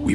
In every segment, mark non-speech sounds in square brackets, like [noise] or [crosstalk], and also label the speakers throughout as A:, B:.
A: We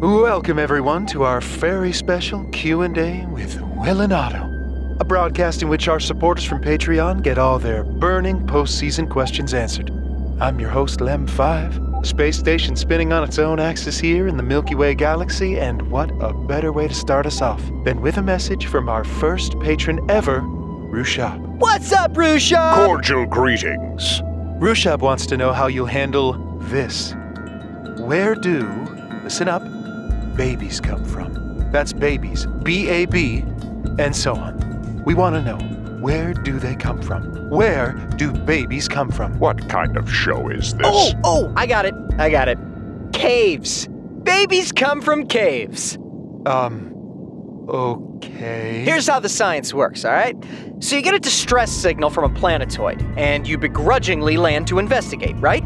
B: Welcome everyone to our very special Q&A with Will and Otto, a broadcast in which our supporters from Patreon get all their burning postseason questions answered. I'm your host Lem5, a space station spinning on its own axis here in the Milky Way galaxy, and what a better way to start us off than with a message from our first patron ever, Rushab.
C: What's up, Rusha?
D: Cordial greetings.
B: Rushab wants to know how you'll handle this. Where do, listen up, babies come from? That's babies, B A B, and so on. We want to know where do they come from? Where do babies come from?
D: What kind of show is this?
C: oh, oh, I got it. I got it. Caves. Babies come from caves.
B: Um, okay.
C: Here's how the science works, all right? So you get a distress signal from a planetoid, and you begrudgingly land to investigate, right?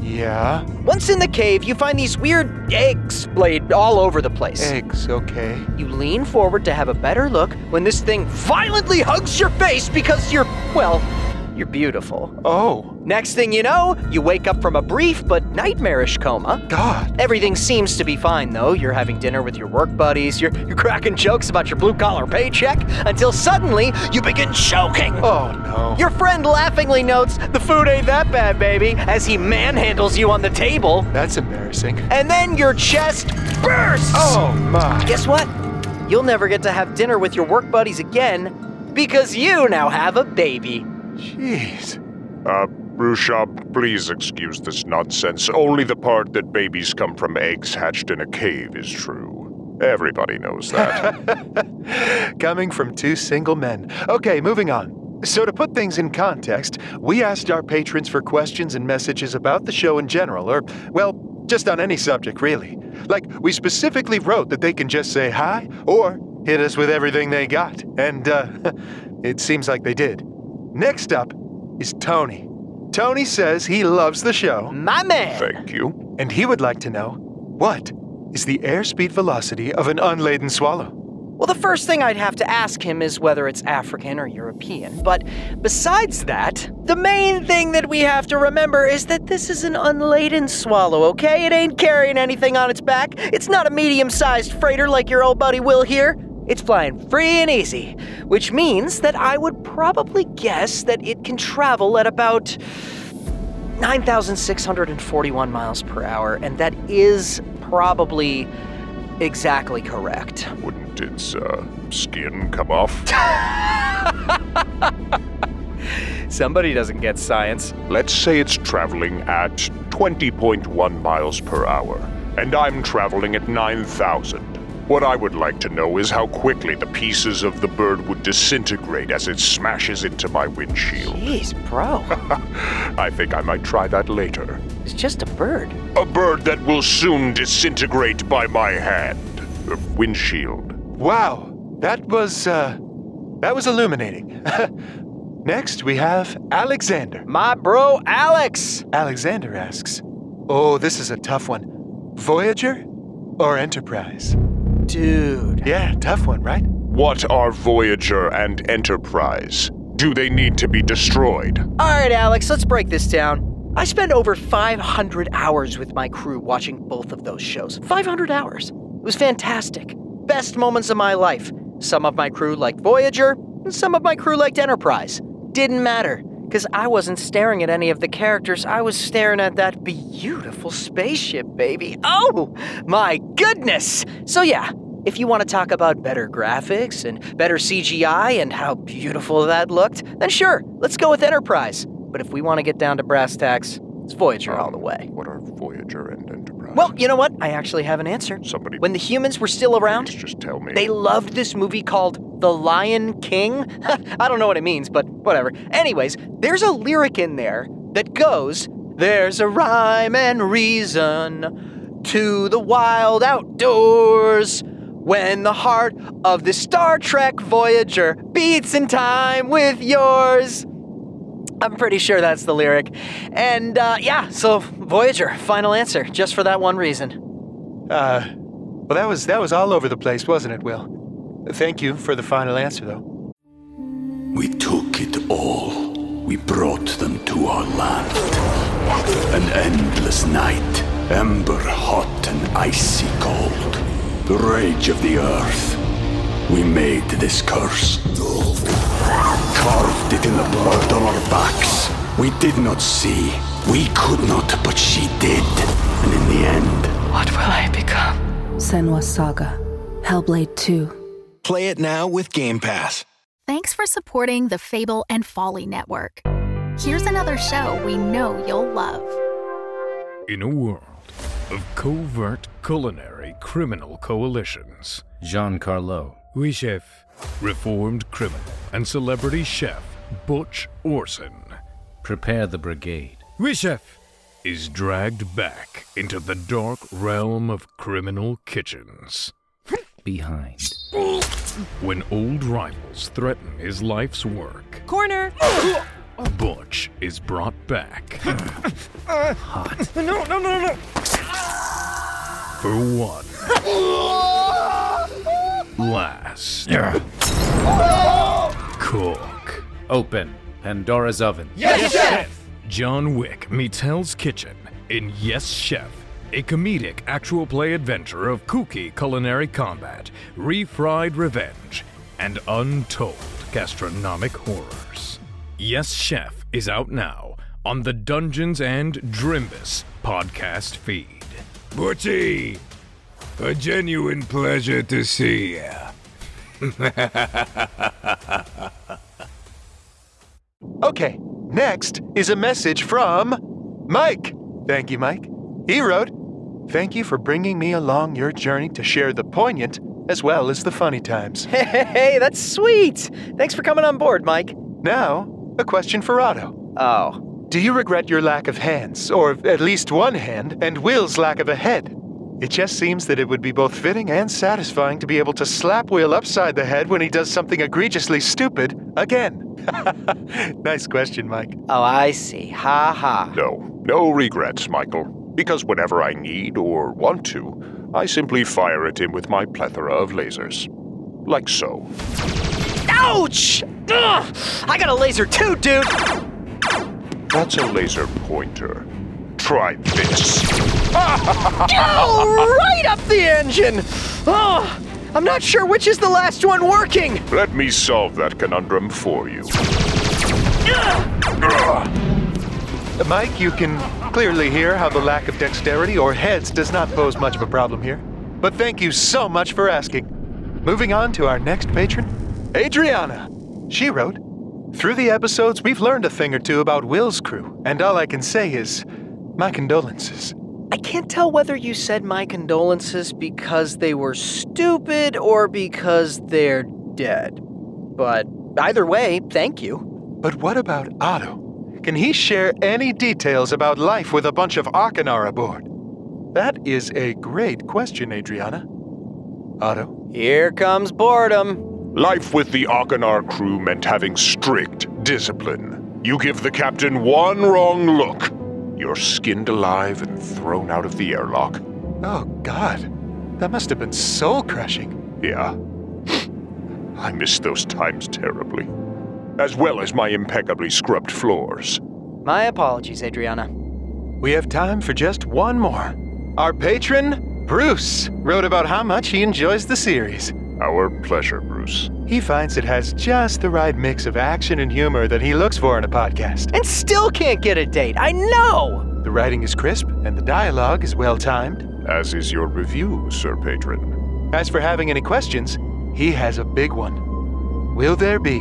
B: yeah,
C: Once in the cave, you find these weird eggs laid all over the place.
B: eggs. Okay.
C: You lean forward to have a better look when this thing violently hugs your face because you're, well, you're beautiful.
B: Oh
C: Next thing you know, you wake up from a brief but nightmarish coma.
B: God.
C: Everything seems to be fine, though. You're having dinner with your work buddies, you're, you're cracking jokes about your blue collar paycheck, until suddenly you begin choking.
B: Oh no.
C: Your friend laughingly notes, The food ain't that bad, baby, as he manhandles you on the table,
B: That's embarrassing.
C: and then your chest bursts!
B: Oh my.
C: Guess what? You'll never get to have dinner with your work buddies again because you now have a baby.
B: Jeez.
D: Uh, Rushab, please excuse this nonsense. Only the part that babies come from eggs hatched in a cave is true. Everybody knows that.
B: Coming from two single men. Okay, moving on. So, to put things in context, we asked our patrons for questions and messages about the show in general, or, well, just on any subject, really. Like, we specifically wrote that they can just say hi or hit us with everything they got. And, uh, [laughs] it seems like they did. Next up is Tony. Tony says he loves the show.
C: My man!
D: Thank you.
B: And he would like to know what is the airspeed velocity of an unladen swallow?
C: Well, the first thing I'd have to ask him is whether it's African or European. But besides that, the main thing that we have to remember is that this is an unladen swallow, okay? It ain't carrying anything on its back. It's not a medium sized freighter like your old buddy Will here. It's flying free and easy, which means that I would probably guess that it can travel at about 9,641 miles per hour, and that is probably exactly correct.
D: Wouldn't its uh, skin come off?
C: Somebody doesn't get science.
D: Let's say it's traveling at 20.1 miles per hour, and I'm traveling at 9,000. What I would like to know is how quickly the pieces of the bird would disintegrate as it smashes into my windshield.
C: Jeez, [laughs] bro.
D: I think I might try that later.
C: It's just a bird.
D: A bird that will soon disintegrate by my hand. Uh, windshield.
B: Wow, that was uh, that was illuminating. [laughs] Next, we have Alexander.
C: My bro, Alex.
B: Alexander asks, "Oh, this is a tough one. Voyager or Enterprise?"
C: Dude.
B: Yeah, tough one, right?
D: What are Voyager and Enterprise? Do they need to be destroyed?
C: All right, Alex, let's break this down. I spent over 500 hours with my crew watching both of those shows. 500 hours. It was fantastic. Best moments of my life. Some of my crew liked Voyager, and some of my crew liked Enterprise. Didn't matter, because I wasn't staring at any of the characters. I was staring at that beautiful spaceship, baby. Oh, my goodness! So, yeah, if you want to talk about better graphics and better CGI and how beautiful that looked, then sure, let's go with Enterprise. But if we want to get down to brass tacks, it's Voyager all the way.
D: What are Voyager and Enterprise?
C: Well, you know what? I actually have an answer.
D: Somebody-
C: When the humans were still around,
D: Please just tell me.
C: they loved this movie called The Lion King. [laughs] I don't know what it means, but whatever. Anyways, there's a lyric in there that goes There's a rhyme and reason to the wild outdoors when the heart of the Star Trek Voyager beats in time with yours. I'm pretty sure that's the lyric. And uh, yeah, so Voyager, final answer, just for that one reason.
B: Uh, well, that was that was all over the place, wasn't it, Will? Thank you for the final answer, though.
A: We took it all. We brought them to our land. An endless night, ember hot and icy cold. The rage of the earth. We made this curse. Carved it in the blood on our backs. We did not see. We could not, but she did. And in the end,
E: What will I become? Senwa Saga. Hellblade 2.
F: Play it now with Game Pass.
G: Thanks for supporting the Fable and Folly Network. Here's another show we know you'll love.
H: In a world of covert culinary criminal coalitions,
I: Jean Carlo.
H: we chef, reformed criminal and celebrity chef Butch Orson,
I: Prepare the brigade.
H: we chef, is dragged back into the dark realm of criminal kitchens
I: Behind.
H: when old rivals threaten his life's work.
J: Corner!
H: Butch is brought back
J: [laughs] No, no, no, no!
H: for
J: [laughs]
H: one last cook.
I: Open. Pandora's oven.
H: John Wick meets Hell's Kitchen in Yes Chef, a comedic actual play adventure of kooky culinary combat, refried revenge, and untold gastronomic horrors. Yes Chef is out now on the Dungeons and Drimbus podcast feed. Butchie, a genuine pleasure to see you.
B: Okay, next is a message from Mike. Thank you, Mike. He wrote, "Thank you for bringing me along your journey to share the poignant as well as the funny times."
C: Hey, that's sweet! Thanks for coming on board, Mike.
B: Now, a question for Otto.
C: Oh,
B: Do you regret your lack of hands, or at least one hand, and Will's lack of a head? It just seems that it would be both fitting and satisfying to be able to slap Will upside the head when he does something egregiously stupid again. [laughs] nice question, Mike.
C: Oh, I see. Ha ha.
D: No, no regrets, Michael. Because whenever I need or want to, I simply fire at him with my plethora of lasers. Like so.
C: Ouch! Ugh! I got a laser too, dude!
D: That's a laser pointer. Try this.
C: Oh, right up the engine! Oh, I'm not sure which is the last one working!
D: Let me solve that conundrum for you.
B: Mike, you can clearly hear how the lack of dexterity or heads does not pose much of a problem here. But thank you so much for asking. Moving on to our next patron, Adriana. She wrote Through the episodes, we've learned a thing or two about Will's crew, and all I can say is my condolences.
C: I can't tell whether you said my condolences because they were stupid or because they're dead. But either way, thank you.
B: But what about Otto? Can he share any details about life with a bunch of Akinar aboard? That is a great question, Adriana. Otto?
C: Here comes boredom.
D: Life with the Akinar crew meant having strict discipline. You give the captain one wrong look, you're skinned alive and thrown out of the airlock.
B: Oh, God. That must have been soul crushing.
D: Yeah. [laughs] I miss those times terribly. As well as my impeccably scrubbed floors.
C: My apologies, Adriana.
B: We have time for just one more. Our patron, Bruce, wrote about how much he enjoys the series.
D: Our pleasure, Bruce.
B: He finds it has just the right mix of action and humor that he looks for in a podcast.
C: And still can't get a date, I know!
B: The writing is crisp, and the dialogue is well timed.
D: as is your review, Sir Patron.
B: As for having any questions, he has a big one. Will there be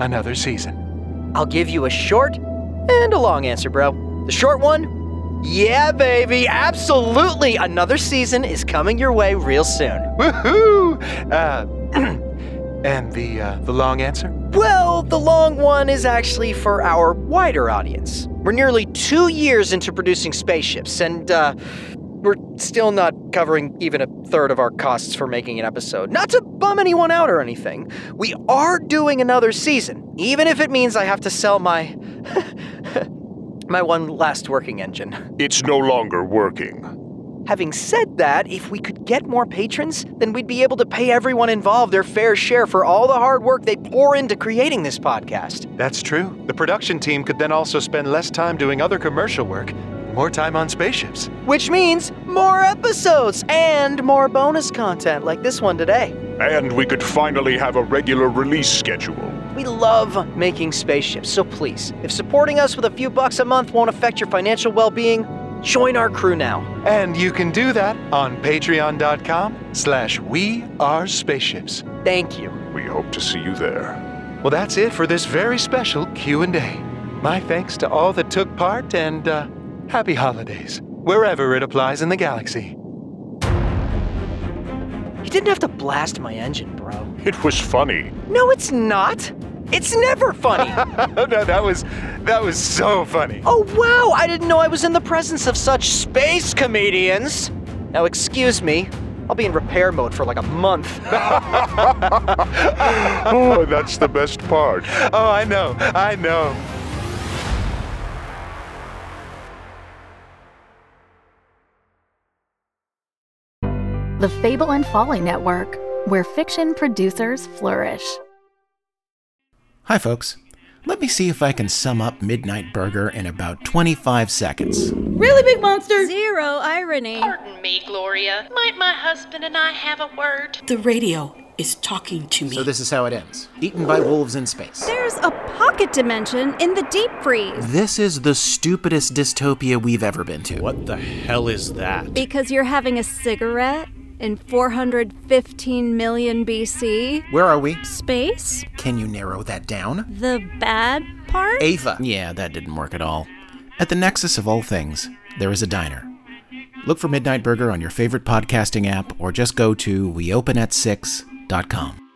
B: another season?
C: I'll give you a short and a long answer, bro. The short one? Yeah, baby, absolutely. Another season is coming your way real soon.
B: Woohoo! Uh, and the uh, [clears throat] the long answer?
C: Well, the long one is actually for our wider audience. We're nearly two years into producing spaceships, and uh, we're still not covering even a third of our costs for making an episode. Not to bum anyone out or anything, we are doing another season, even if it means I have to sell my. [laughs] my one last working engine.
D: It's no longer working.
C: Having said that, if we could get more patrons, then we'd be able to pay everyone involved their fair share for all the hard work they pour into creating this podcast.
B: That's true. The production team could then also spend less time doing other commercial work more time on spaceships.
C: Which means more episodes and more bonus content like this one today.
D: And we could finally have a regular release schedule.
C: We love making spaceships, so please, if supporting us with a few bucks a month won't affect your financial well being, join our crew now.
B: And you can do that on patreon.com slash we are spaceships.
C: Thank you.
D: We hope to see you there.
B: Well, that's it for this very special Q&A. My thanks to all that took part and, uh, Happy holidays, wherever it applies in the galaxy. [laughs]
C: You didn't have to blast my engine, bro.
D: It was funny.
C: No, it's not. It's never funny.
B: Oh, no, that was that was so funny.
C: Oh wow, I didn't know I was in the presence of such space comedians. Now excuse me. I'll be in repair mode for like a month.
D: [laughs] oh, that's the best part.
B: Oh, I know. I know.
G: The Fable and Folly Network, where fiction producers flourish.
K: Hi, folks. Let me see if I can sum up Midnight Burger in about 25 seconds.
L: Really big monster!
M: Zero irony.
N: Pardon me, Gloria. Might my husband and I have a word?
O: The radio is talking to me.
K: So, this is how it ends Eaten by wolves in space.
M: There's a pocket dimension in the deep freeze.
K: This is the stupidest dystopia we've ever been to.
P: What the hell is that?
M: Because you're having a cigarette? in 415 million BC.
K: Where are we?
M: Space.
K: Can you narrow that down?
M: The bad part?
K: Ava. Yeah, that didn't work at all. At the nexus of all things, there is a diner. Look for Midnight Burger on your favorite podcasting app or just go to weopenat6.com.